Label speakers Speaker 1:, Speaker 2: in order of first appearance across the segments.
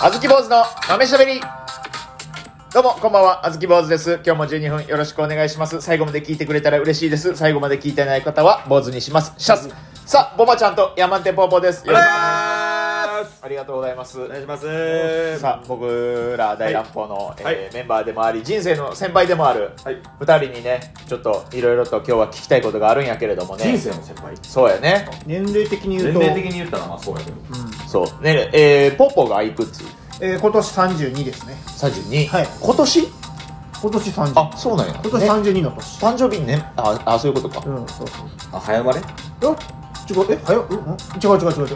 Speaker 1: あずき坊主の豆しゃべりどうもこんばんはあずき坊主です今日も12分よろしくお願いします最後まで聞いてくれたら嬉しいです最後まで聞いてない方は坊主にしますシャスさあボマちゃんと山手ぽぽですよろしくお願いしますありがとうございます
Speaker 2: お願いします。
Speaker 1: さあ僕ら大乱歩の、えー
Speaker 2: はい
Speaker 1: メンバーでもあり人生の先輩でもある
Speaker 2: はい。
Speaker 1: 2人にねちょっといろいろと今日は聞きたいことがあるんやけれどもね
Speaker 2: 人生の先輩。
Speaker 1: そうやね
Speaker 3: 年齢的に言う
Speaker 2: 年
Speaker 3: と、
Speaker 2: 齢的に言ったらまあそうやけど。
Speaker 1: そうねえー、ポポがいくつ
Speaker 3: えー今年32ですね
Speaker 1: 32、
Speaker 3: はい
Speaker 1: 今年
Speaker 3: 今年30
Speaker 1: あそうなんや
Speaker 3: 今年
Speaker 1: ね
Speaker 3: 32の年、
Speaker 1: 誕生日にねああそういうことか
Speaker 3: うんそうそう
Speaker 2: あ早生まれ？
Speaker 3: え違うえ早っ、うん、うん違う違う違う違うえ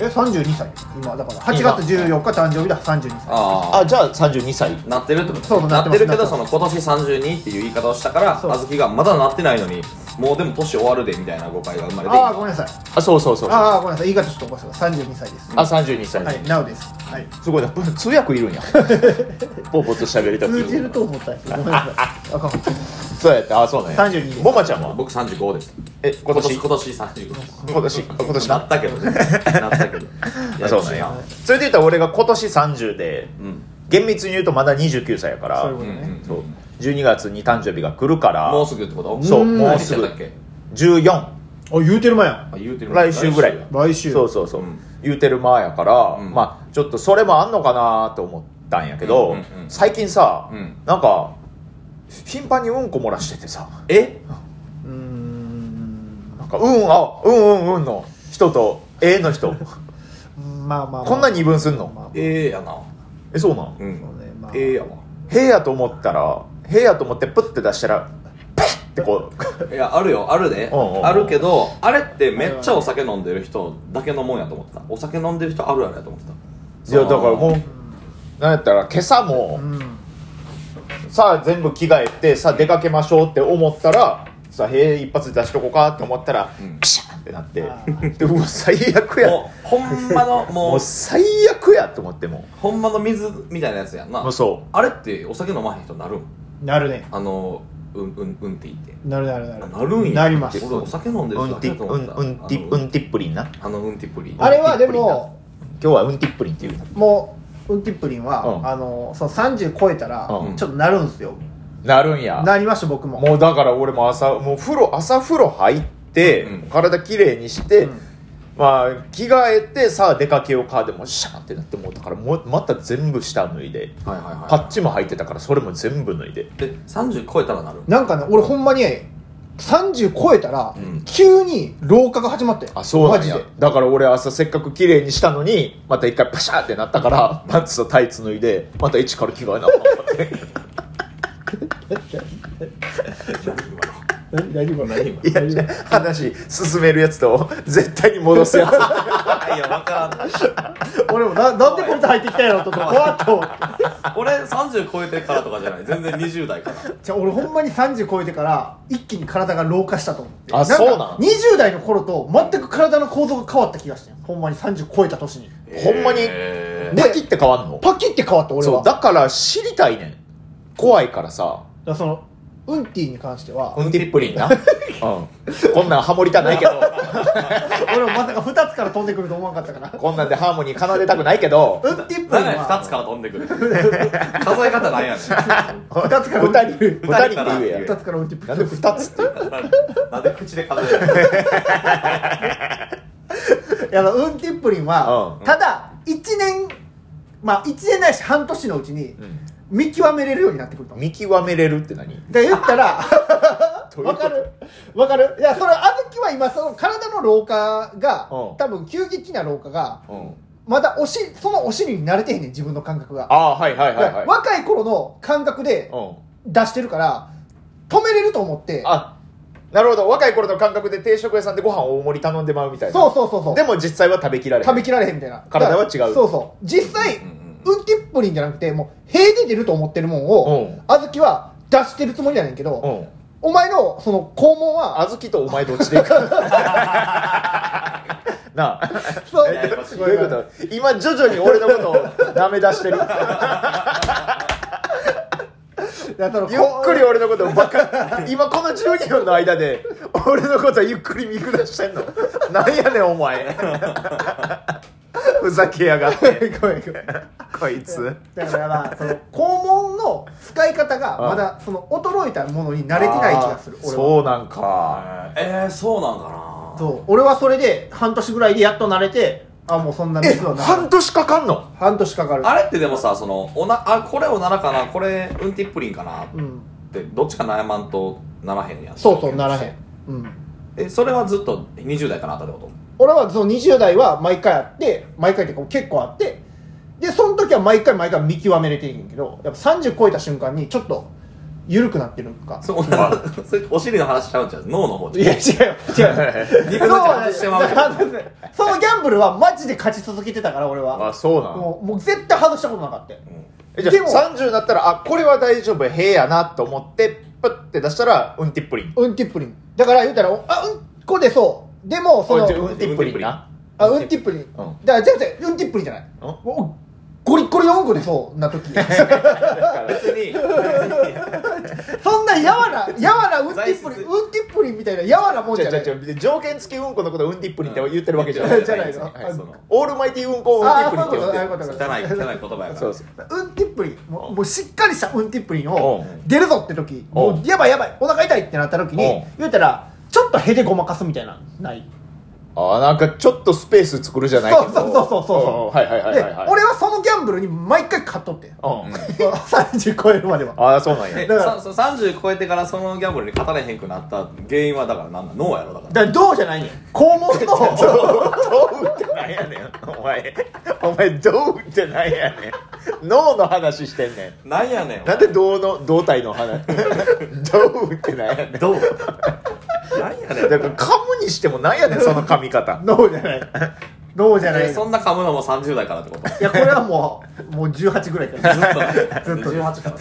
Speaker 3: 32歳今だから8月14日誕生日だ32歳
Speaker 2: あ
Speaker 1: あじゃあ32歳
Speaker 2: あ。なってるってこと。
Speaker 3: そうそう
Speaker 2: なってるけ
Speaker 3: な
Speaker 2: ど
Speaker 3: って
Speaker 2: その
Speaker 3: ま
Speaker 2: 今年三十二っていう言い方をしたから、
Speaker 3: そう
Speaker 2: あずきがまだなってないのに、もうでも年終わるでみたいな誤解が生まれて。
Speaker 3: ああごめんなさい
Speaker 1: あそうそうそうそうあ
Speaker 3: ああごめんなさい言い方ちょっとおかしいわ32歳です
Speaker 1: あ32歳、
Speaker 3: はいなおですはい
Speaker 1: すごいな通訳いるんや ポポと喋りた
Speaker 3: 通じると思ったんですけどごめんなさいあかん
Speaker 1: そうやってあそうなんや
Speaker 3: 32です
Speaker 1: もまちゃんは
Speaker 2: 僕三十五です。
Speaker 1: え今年
Speaker 2: 今年三十五。
Speaker 1: 今年今年
Speaker 2: なったけどね。なったけど。
Speaker 1: あそうなんやそれで言ったら俺が今年30で
Speaker 2: うん。
Speaker 1: 厳密に言うとまだ29歳やから
Speaker 3: そういうこ
Speaker 2: う
Speaker 3: と
Speaker 2: んう
Speaker 3: ね、
Speaker 2: ん。
Speaker 1: そう12月に誕生日が来るから
Speaker 2: もうすぐってこと？
Speaker 1: そう
Speaker 3: うん
Speaker 1: もう
Speaker 2: 何
Speaker 1: す
Speaker 2: して
Speaker 1: ぐ
Speaker 2: たっけ？
Speaker 1: 14
Speaker 3: あ言うてる前やん
Speaker 2: あ言うてる
Speaker 1: 来週ぐらい
Speaker 3: 来週
Speaker 1: そうそうそう、
Speaker 2: うん
Speaker 1: 言うてる間やから、
Speaker 2: うん
Speaker 1: まあちょっとそれもあんのかなと思ったんやけど、
Speaker 2: うんうんうん
Speaker 1: 最近さ、
Speaker 2: うん
Speaker 1: なんか頻繁にうんこ漏らしててさ
Speaker 2: え？
Speaker 3: うーん
Speaker 1: なんかうんあうんうんうんの人とええの 人
Speaker 3: まあまあ、まあ、
Speaker 1: こんな二分すんの
Speaker 3: まあまあ
Speaker 2: ええやな。
Speaker 1: えそうなん
Speaker 2: う。
Speaker 3: そうんねまあ
Speaker 2: ええやわ。
Speaker 1: へえやと思ったらへえやと思ってプッて出したらペッてこ う
Speaker 2: いやあるよあるで、
Speaker 1: うんうん
Speaker 2: あるけどあれってめっちゃお酒飲んでる人だけのもんやと思ってたお酒飲んでる人あるあるやと思ってた
Speaker 1: いやだからも
Speaker 2: う
Speaker 1: うなんやったら今朝も、
Speaker 3: うん
Speaker 1: さあ全部着替えてさあ出かけましょうって思ったらさあへえ一発出しとこうかって思ったら、
Speaker 2: うん
Speaker 1: ピシャンってなって
Speaker 3: あー
Speaker 1: でうわ最悪やも
Speaker 2: もうほんまの
Speaker 1: う
Speaker 2: もう
Speaker 1: 最悪やと思っても
Speaker 2: ほんまの水みたいなやつやん
Speaker 1: う
Speaker 2: な
Speaker 1: もうそ
Speaker 2: あれってお酒飲まへん人なるん
Speaker 3: なるね
Speaker 2: あのうんうんうんって言って
Speaker 3: なるなるなる
Speaker 2: なるんや
Speaker 3: なります
Speaker 2: 俺お酒飲ん
Speaker 1: う
Speaker 2: で
Speaker 1: う
Speaker 2: る人
Speaker 1: ん
Speaker 2: だ
Speaker 1: て
Speaker 2: け
Speaker 1: ィ
Speaker 2: やと思ってた
Speaker 1: うんて
Speaker 2: あ
Speaker 1: う
Speaker 2: の
Speaker 1: んてっぷりんな
Speaker 2: あのうんてっぷり
Speaker 3: あれはでも
Speaker 1: 今日はうんてっぷりんっていう
Speaker 3: もうウンティップリンは、
Speaker 1: うん
Speaker 3: あのその30超えたら、
Speaker 1: うん
Speaker 3: ちょっとなるんすよ
Speaker 1: なるんや
Speaker 3: なりました僕も
Speaker 1: もうだから俺も朝もう風呂朝風呂入って、
Speaker 2: うん
Speaker 1: 体きれいにして、
Speaker 3: うん
Speaker 1: まあ着替えてさあ出かけようかでもシャンってなってもうだからもうまた全部下脱いで
Speaker 2: はいはい
Speaker 1: パ
Speaker 2: は
Speaker 1: ッチも入ってたからそれも全部脱いで
Speaker 2: いで30超えたらなる
Speaker 3: なんかね俺ほんまに30超えたら、
Speaker 2: うん
Speaker 3: 急に老化が始まって
Speaker 1: あそうなん
Speaker 3: マジ
Speaker 1: や
Speaker 3: で
Speaker 1: だから俺朝せっかく綺麗にしたのにまた一回パシャーってなった からパンツとタイツ脱いでまた一から着替えなあかんかったね
Speaker 3: 何何もない
Speaker 2: 今
Speaker 1: いやいや話進めるやつと絶対に戻すやつ
Speaker 2: いやわからん
Speaker 3: 俺もななんでこいつ入ってきたんやろと思って怖っと思って
Speaker 2: 俺30超えてからとかじゃない全然20代から
Speaker 3: じゃあ俺ほんまに30超えてから一気に体が老化したと思って
Speaker 1: あ
Speaker 3: か
Speaker 1: そうなん
Speaker 3: 20代の頃と全く体の構造が変わった気がしてんほんまに30超えた年に
Speaker 1: ほんまに
Speaker 2: え
Speaker 1: パキって変わんの
Speaker 3: パキって変わった俺は
Speaker 1: そうだから知りたいねん怖いからさ
Speaker 3: だからそのウンティに関しては
Speaker 1: うんてっぷりん な、うん、こんなんハモりたないけ ど
Speaker 3: 俺もまさか2つから飛んでくると思わなかったから
Speaker 1: こんなんでハーモニー奏でたくないけ ど
Speaker 3: ウンティップ
Speaker 2: だ
Speaker 3: リン
Speaker 2: から2
Speaker 3: は
Speaker 2: つから飛んでくる 数え方ないやねん
Speaker 3: 二つから
Speaker 1: 二人二人って言えや
Speaker 2: 二
Speaker 3: 2つからウンティップリ
Speaker 1: な
Speaker 3: ン
Speaker 1: んで2つって
Speaker 2: なんで口で数えるの
Speaker 3: いやウンティップリンは、
Speaker 1: うん
Speaker 3: ただ1年まあ1年ないし半年のうち
Speaker 1: う
Speaker 3: に
Speaker 1: ん
Speaker 3: 見極めれるようになってくると思う
Speaker 1: 見極めれるって何
Speaker 3: で言ったら
Speaker 1: どういう
Speaker 3: わ
Speaker 1: こと
Speaker 3: かるわかるいやそれあずきは今その体の老化が、
Speaker 1: うん
Speaker 3: 多分急激な老化が
Speaker 1: うん
Speaker 3: まだおしそのお尻に慣れてへんねん自分の感覚が、
Speaker 1: ああはいはいはいはい、
Speaker 3: 若い頃の感覚で
Speaker 1: うん
Speaker 3: 出してるから止めれると思って
Speaker 1: あなるほど若い頃の感覚で定食屋さんでご飯大盛り頼んでまうみたいな
Speaker 3: そうそうそうそう
Speaker 1: でも実際は食べきられへん
Speaker 3: 食べきられへんみたいな
Speaker 1: 体は違う
Speaker 3: だからそうそう実際
Speaker 2: うんうん
Speaker 3: ウンティップリンじゃなくてもう塀で出ると思ってるもんを、
Speaker 1: うん
Speaker 3: あずきは出してるつもりやねんけど、
Speaker 1: うん
Speaker 3: お前のその肛門は
Speaker 1: 小豆とお前どっちでいく なあ
Speaker 3: そう
Speaker 2: ややこしい
Speaker 1: どういうこと今徐々に俺のことを舐め出 してる
Speaker 3: だからこう
Speaker 1: ゆっくり俺のことをバカ今この12分の間で俺のことをゆっくり見下してんのなんやねんお前ふざけやがって
Speaker 3: ごめんごめん
Speaker 1: こいつ
Speaker 3: だからまあその肛門の使い方がまだその衰えたものに慣れてない気がする
Speaker 1: あー
Speaker 3: 俺は
Speaker 1: そうなんか
Speaker 2: えー、そうなんかな
Speaker 3: そう俺はそれで半年ぐらいでやっと慣れてあもうそんな
Speaker 1: え
Speaker 3: ミスはない
Speaker 1: 半年かかんの
Speaker 3: 半年かかる
Speaker 2: あれってでもさそのおなあこれおならかなこれうんてっぷりんかなっ
Speaker 3: うん
Speaker 2: てどっちか悩まんとならへんやん
Speaker 3: そうそうならへん、うん、
Speaker 2: えそれはずっと20代からあったってこ
Speaker 3: 俺はその20代は毎回あって毎回っていうか結構あってでその時は毎回毎回見極めれていいんやけどやっぱ30超えた瞬間にちょっと緩くなってるんか
Speaker 2: とそうなそれお 尻の話しちゃうんちゃう脳の方
Speaker 3: い
Speaker 2: じゃ
Speaker 3: や違うよ違うよ
Speaker 2: 肉の話してまうけど
Speaker 3: そのギャンブルはマジで勝ち続けてたから俺 は
Speaker 1: あそうなん
Speaker 3: もうもう絶対外したことなかったよ
Speaker 1: えじゃ
Speaker 3: でも
Speaker 1: あ30になったらあこれは大丈夫へえやなと思ってプッて出したらうんてっぷりん
Speaker 3: うんてっぷりんだから言うたらおあうんこでそうでもその
Speaker 1: おいうんてっぷりんな
Speaker 3: あうんてっぷりん
Speaker 1: ん
Speaker 3: だから全然うんてっぷりんじゃないおゴリッゴリのうんこでそうな時
Speaker 2: うん別に
Speaker 3: そんなや わら、やわらうんてっぷ
Speaker 2: 材
Speaker 3: り、
Speaker 2: 質
Speaker 3: うんてっぷりみたいなやわらもん
Speaker 1: じ
Speaker 3: じ
Speaker 1: ゃ
Speaker 3: ゃ
Speaker 1: あじ
Speaker 3: な
Speaker 1: ゃあじゃ
Speaker 3: い。
Speaker 1: あ条件付きうんこのことはうんてっぷりんって言ってるわけじゃ
Speaker 3: う
Speaker 1: なんい
Speaker 3: じゃないの
Speaker 1: はいその
Speaker 3: あ
Speaker 1: オールマイティーうんこをうんてっ
Speaker 3: あ
Speaker 1: ぷ
Speaker 3: ー
Speaker 1: りん
Speaker 3: そう
Speaker 1: って
Speaker 3: い
Speaker 1: 言
Speaker 3: うこと
Speaker 1: って
Speaker 3: ああい
Speaker 1: る
Speaker 3: うこ
Speaker 2: 汚
Speaker 3: と
Speaker 2: い汚い
Speaker 3: か
Speaker 2: 言葉やか
Speaker 1: そう
Speaker 2: ら
Speaker 1: そう
Speaker 3: うんてっぷり、もうもうしっかりしたうんてっぷり
Speaker 1: お
Speaker 3: を
Speaker 1: う
Speaker 3: 出るぞって時、
Speaker 1: おう
Speaker 3: もうやばいやばい、お腹痛いってなった時
Speaker 1: おう
Speaker 3: に、言うたら、ちょっとへでごまかすみたいな、ない。
Speaker 1: あーなんかちょっとスペース作るじゃないけど
Speaker 3: そうそうそうそうそ
Speaker 1: うん
Speaker 3: う
Speaker 1: はいはい
Speaker 3: で、
Speaker 1: はいはいはい
Speaker 3: 俺はそのギャンブルに毎回勝っとってん。
Speaker 1: うん
Speaker 3: 30超えるまでは。
Speaker 1: ああそうなんや
Speaker 2: え
Speaker 3: だから
Speaker 2: さそ30超えてからそのギャンブルに勝たれへんくなった原因はだからなんだ脳やろだから
Speaker 3: だからどうじゃないんや。肛門 の、
Speaker 1: どうってなんやねんお前お前どうってなんやねん脳の話してんねん
Speaker 2: なんやねん
Speaker 1: なんで胴の胴体の話 どうってなんやねん
Speaker 2: どうなんやねん
Speaker 1: だから噛むにしてもなんやねんその噛み方
Speaker 3: 脳じゃない。脳じゃない。
Speaker 2: えそんな噛むのも30代からってこと
Speaker 3: いや、これはもう、もう18ぐら いから。ずっ
Speaker 2: ずっと18から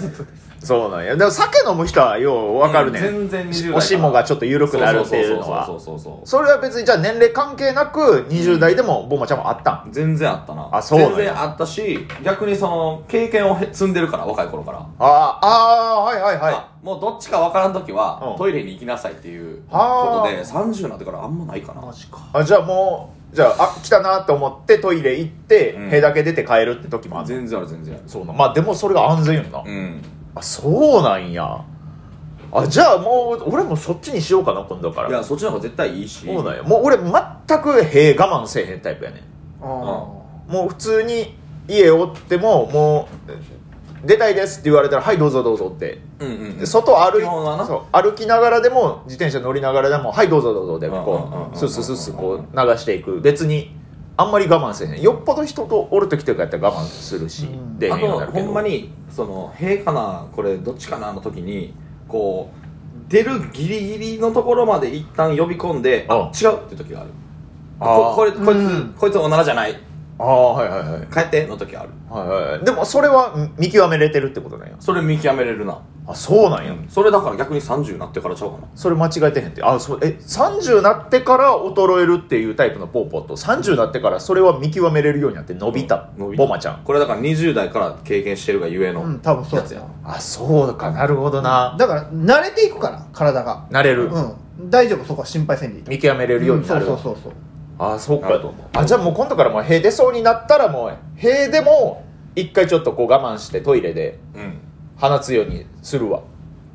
Speaker 1: そうなんやでも酒飲む人はようわかるねん、
Speaker 2: うん全然20代から
Speaker 1: おしもがちょっと緩くなるっていうの
Speaker 2: そう
Speaker 1: は
Speaker 2: そうそうそ
Speaker 1: それは別にじゃあ年齢関係なく20代でもボマちゃんもあったん
Speaker 2: う全然あったな
Speaker 1: あそうなんや
Speaker 2: 全然あったし逆にその経験をへ積んでるから若い頃から
Speaker 1: ああああはいはいはい
Speaker 2: あもうどっちかわからん時は
Speaker 1: うん
Speaker 2: トイレに行きなさいっていう
Speaker 1: あー
Speaker 2: ことで30になってからあんまないかな
Speaker 3: マジか。
Speaker 1: あじゃあもうじゃああ来たなと思ってトイレ行って、
Speaker 2: うん
Speaker 1: 塀だけ出て帰るって時もある
Speaker 2: 全然ある全然ある
Speaker 1: そうなんまあでもそれが安全よな、
Speaker 2: うん
Speaker 1: あそうなんやあじゃあもう俺もそっちにしようかな今度から
Speaker 2: いやそっちの方が絶対いいし
Speaker 1: そうなんやもう俺全く塀我慢せえへんタイプやね
Speaker 3: あー
Speaker 1: んもう普通に家おってももう出たいですって言われたら「はいどうぞどうぞ」って
Speaker 2: うんうん
Speaker 1: で外歩い
Speaker 2: 基本はな
Speaker 1: そう歩きながらでも自転車乗りながらでも「はいどうぞどうぞ」で
Speaker 2: うんうんうん
Speaker 1: こ
Speaker 2: うん
Speaker 1: うスッスッスッスッこう流していく別にあんまり我慢せえへんよっぽど人とおる時とかやったら我慢するし
Speaker 3: うん
Speaker 1: 出へ
Speaker 2: あ
Speaker 1: んように
Speaker 2: と
Speaker 1: なる
Speaker 2: ほ
Speaker 1: け
Speaker 2: ん
Speaker 1: ど
Speaker 2: まにその「へえかなこれどっちかな?」の時にこう出るギリギリのところまで一旦呼び込んで「あ
Speaker 1: う
Speaker 2: 違う」って時がある
Speaker 1: あ
Speaker 2: こ
Speaker 1: ー
Speaker 2: これこいつ、
Speaker 3: うん
Speaker 2: こいつおならじゃない
Speaker 1: ああはいはいはい
Speaker 2: 帰っての時ある
Speaker 1: はいはいでもそれはん見極めれてるってことなんや
Speaker 2: それ見極めれるな、
Speaker 1: あそうなんや
Speaker 2: それだから逆に30になってからちゃうかな
Speaker 1: それ間違えてへんってあそうえ30なってから衰えるっていうタイプのポーポーと30なってからそれは見極めれるようになって伸びた
Speaker 2: 伸びた
Speaker 1: ボマちゃん
Speaker 2: これだから20代から経験してるがゆえの、
Speaker 3: うん、多分そう
Speaker 2: やつや
Speaker 1: あそうかなるほどな
Speaker 3: だから慣れていくから体が
Speaker 1: なれる、
Speaker 3: うん大丈夫そこは心配せんでいい
Speaker 1: 見極めれるようになる、
Speaker 3: うんそうそうそうそう
Speaker 1: あそう
Speaker 2: な
Speaker 1: か
Speaker 2: ると思う
Speaker 1: あじゃあもう今度からもう塀出そうになったらもう塀でも一回ちょっとこう我慢してトイレで
Speaker 2: うん
Speaker 1: 放つようにするわ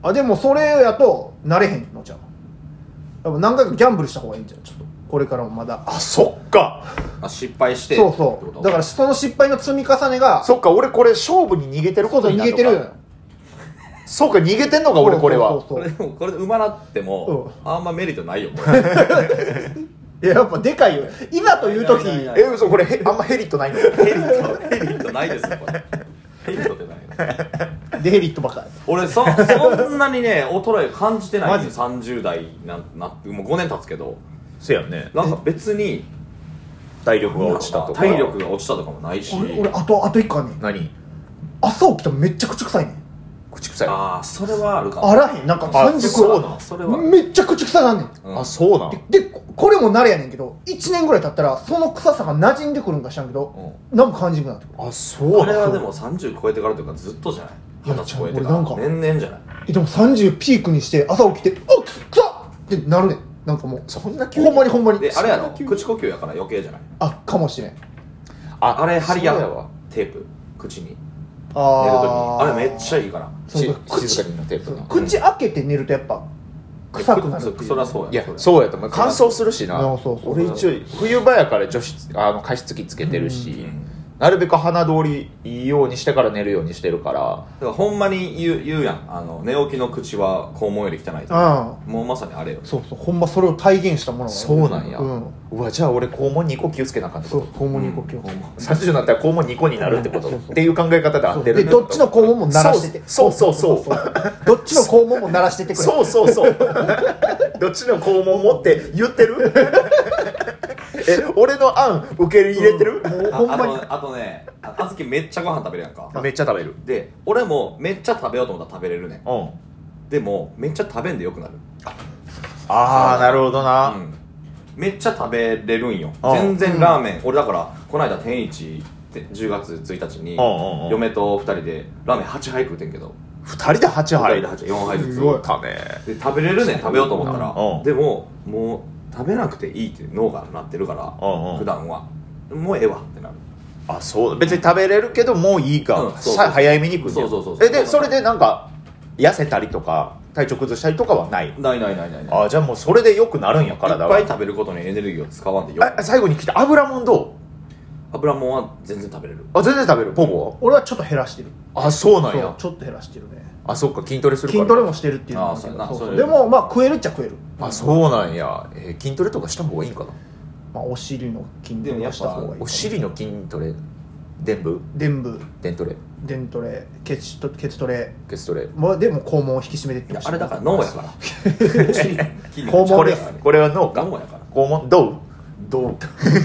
Speaker 3: あでもそれやと慣れへんのじゃんやっぱ何回かギャンブルした方がいいんじゃんちょっとこれからもまだ
Speaker 1: あそっか
Speaker 2: あ失敗して
Speaker 3: そうそうだから
Speaker 2: ら
Speaker 3: その失敗の積み重ねが
Speaker 1: そっか俺これ勝負に逃げてる
Speaker 3: そ
Speaker 1: こ
Speaker 3: うそ
Speaker 1: と
Speaker 3: う
Speaker 1: に
Speaker 3: 逃
Speaker 1: なる
Speaker 3: げ
Speaker 1: の
Speaker 3: て
Speaker 1: か
Speaker 3: るのよ
Speaker 1: そうか逃げてんのか俺これは
Speaker 3: そう
Speaker 2: こ
Speaker 3: そう
Speaker 2: れ
Speaker 3: そう
Speaker 2: でもこれで馬なっても、あんまメリットないよこ れ
Speaker 3: いややっぱでかいよ今という時
Speaker 2: ないないない
Speaker 1: え嘘これへあんまヘリットないの
Speaker 2: ヘ リットヘリットないですよこれヘリットってないね
Speaker 3: デヘリットばっかり
Speaker 2: 俺そ そんなにね衰え感じてないんで
Speaker 3: マ
Speaker 2: すよ30代ななもう5年経つけど
Speaker 1: せやね
Speaker 2: なんか別に
Speaker 1: 体力が落ちたとか
Speaker 2: 体力が落ちたとかもないし
Speaker 3: 俺俺あとあと1個あんねん
Speaker 1: 何
Speaker 3: 朝起きたらめっちゃ口臭いねん
Speaker 1: 口臭いあ
Speaker 2: ああそれはあるかも
Speaker 3: あらへんなんか
Speaker 1: あ
Speaker 3: 30
Speaker 1: そうな
Speaker 2: あそれは、
Speaker 3: めっちゃ口臭なんねん
Speaker 2: うん
Speaker 1: そうなん
Speaker 3: ででここれも慣れやねんけど1年ぐらい経ったらその臭さが馴染んでくるんか知らんけど、何も感じなくなってくる
Speaker 1: あそう
Speaker 2: あれ
Speaker 1: な
Speaker 2: は
Speaker 1: ん
Speaker 2: でも30超えてからというかずっとじゃない
Speaker 3: いや
Speaker 2: 二十歳超えてか
Speaker 3: 俺な
Speaker 2: ら
Speaker 3: んか
Speaker 2: 年々じゃない
Speaker 3: えでも30ピークにして朝起きて「おっ臭っ!」ってなるねんなんかもう
Speaker 1: そんな急に
Speaker 3: ほんまにほんまに
Speaker 2: であれやろ
Speaker 3: そんな急
Speaker 2: 口呼吸やから余計じゃない
Speaker 3: あかもしれん
Speaker 1: あ
Speaker 2: あれ
Speaker 1: ハ
Speaker 2: 針
Speaker 1: リ
Speaker 2: や
Speaker 1: や
Speaker 2: ん
Speaker 1: わ
Speaker 2: テープ口に寝る時に
Speaker 3: あ
Speaker 2: あれめっちゃ
Speaker 3: ゃ
Speaker 2: いいから
Speaker 3: そう
Speaker 1: し
Speaker 3: 口
Speaker 1: 静かにのテープの
Speaker 3: 口開けて寝るとやっぱ臭くなるって
Speaker 2: そ
Speaker 3: いう
Speaker 2: そりゃそうや
Speaker 1: いや
Speaker 2: りゃ
Speaker 1: そうやと思う乾燥するしな
Speaker 3: そうそうそう
Speaker 1: 俺一応冬場やから除湿あの加湿器つけてるし、
Speaker 2: うん
Speaker 1: なるべく鼻通りいいようにしてから寝るようにしてるから
Speaker 2: だからほんまに言う言うやんあの寝起きの口は肛門より汚いと
Speaker 3: うん
Speaker 2: もうまさにあれよ
Speaker 3: そうそうほんまそれを体現したもの
Speaker 1: そうなんや、う
Speaker 3: うん
Speaker 1: わじゃあ俺肛門2個気をつけなあかんって
Speaker 3: そ
Speaker 1: こ
Speaker 3: う
Speaker 1: と
Speaker 3: 肛門に呼吸を、
Speaker 2: ほんま
Speaker 1: 30になったら肛門2個になるってこと
Speaker 3: そうそう
Speaker 1: っていう考え方で合ってる
Speaker 3: でどっちの肛門も鳴らしてて
Speaker 1: そうそうそうそう
Speaker 3: どっちの肛門も鳴らしててくれ
Speaker 1: そうそうそう どっちの肛門もって言ってるえ俺の案受け入れてる、
Speaker 3: もう
Speaker 2: あ
Speaker 3: ほんまに
Speaker 2: あとあとねああずきめっちゃご飯食べるやんか
Speaker 1: めっちゃ食べる
Speaker 2: で俺もめっちゃ食べようと思ったら食べれるねん
Speaker 1: うん
Speaker 2: でもめっちゃ食べんでよくなる
Speaker 1: ああなるほどな、
Speaker 2: うんめっちゃ食べれるんよ
Speaker 1: あ
Speaker 2: 全然ラーメン、俺だからこの間天一って10月1日に
Speaker 1: ああああ
Speaker 2: 嫁と2人でラーメン8杯食うてんけど
Speaker 1: 2人で8
Speaker 2: 2人
Speaker 1: 杯
Speaker 2: で
Speaker 1: だ
Speaker 2: 8 4杯ずつ
Speaker 3: すごい
Speaker 1: ね
Speaker 2: で食べれるねん食べようと思ったら、
Speaker 1: うん
Speaker 2: でももう食べなくていいって脳がなってるから、
Speaker 1: うんうん
Speaker 2: 普段はもうええわってなる
Speaker 1: あそうだ別に食べれるけどもういいか、
Speaker 2: うんそうそう
Speaker 1: さ早めに行くんだよ
Speaker 2: そうそうそうそう
Speaker 1: えでそれでなんか痩せたりとか体調崩したりとかはない
Speaker 2: ないないないないない
Speaker 1: あじゃあもうそれでよくなるんや体
Speaker 2: いっ
Speaker 1: は
Speaker 2: ぱい食べることにエネルギーを使わんでよ
Speaker 1: あ最後に来た油もんど
Speaker 2: 油もんは全然食べれる
Speaker 1: うあ全然食べるポゴ
Speaker 3: 俺はちょっと減らしてる
Speaker 1: あそうなん
Speaker 3: そう
Speaker 1: や
Speaker 3: ちょっと減らしてるね
Speaker 1: あそっか筋トレするから
Speaker 3: 筋トレもしてるっていうのも
Speaker 2: あーそうやな
Speaker 3: そうそう
Speaker 2: それ
Speaker 3: でもまあ食えるっちゃ食える
Speaker 1: あそうなんや、えー筋トレとかした方がいいんかな
Speaker 3: まあお尻の筋ト
Speaker 2: でも
Speaker 3: レ
Speaker 2: やっぱ
Speaker 3: はした方がいい
Speaker 1: お尻の筋トレ臀部
Speaker 3: 臀部
Speaker 1: 臀トレ
Speaker 3: 臀トレケツトケツトレ
Speaker 1: ケツトレ
Speaker 3: まあでも肛門を引き締めてって
Speaker 2: いや
Speaker 3: ほしい
Speaker 2: あれだから脳やから肛
Speaker 3: 肛
Speaker 1: こ
Speaker 3: 門
Speaker 1: れ
Speaker 3: です
Speaker 1: これは脳か
Speaker 2: 脳やから
Speaker 1: 肛門どう
Speaker 2: どう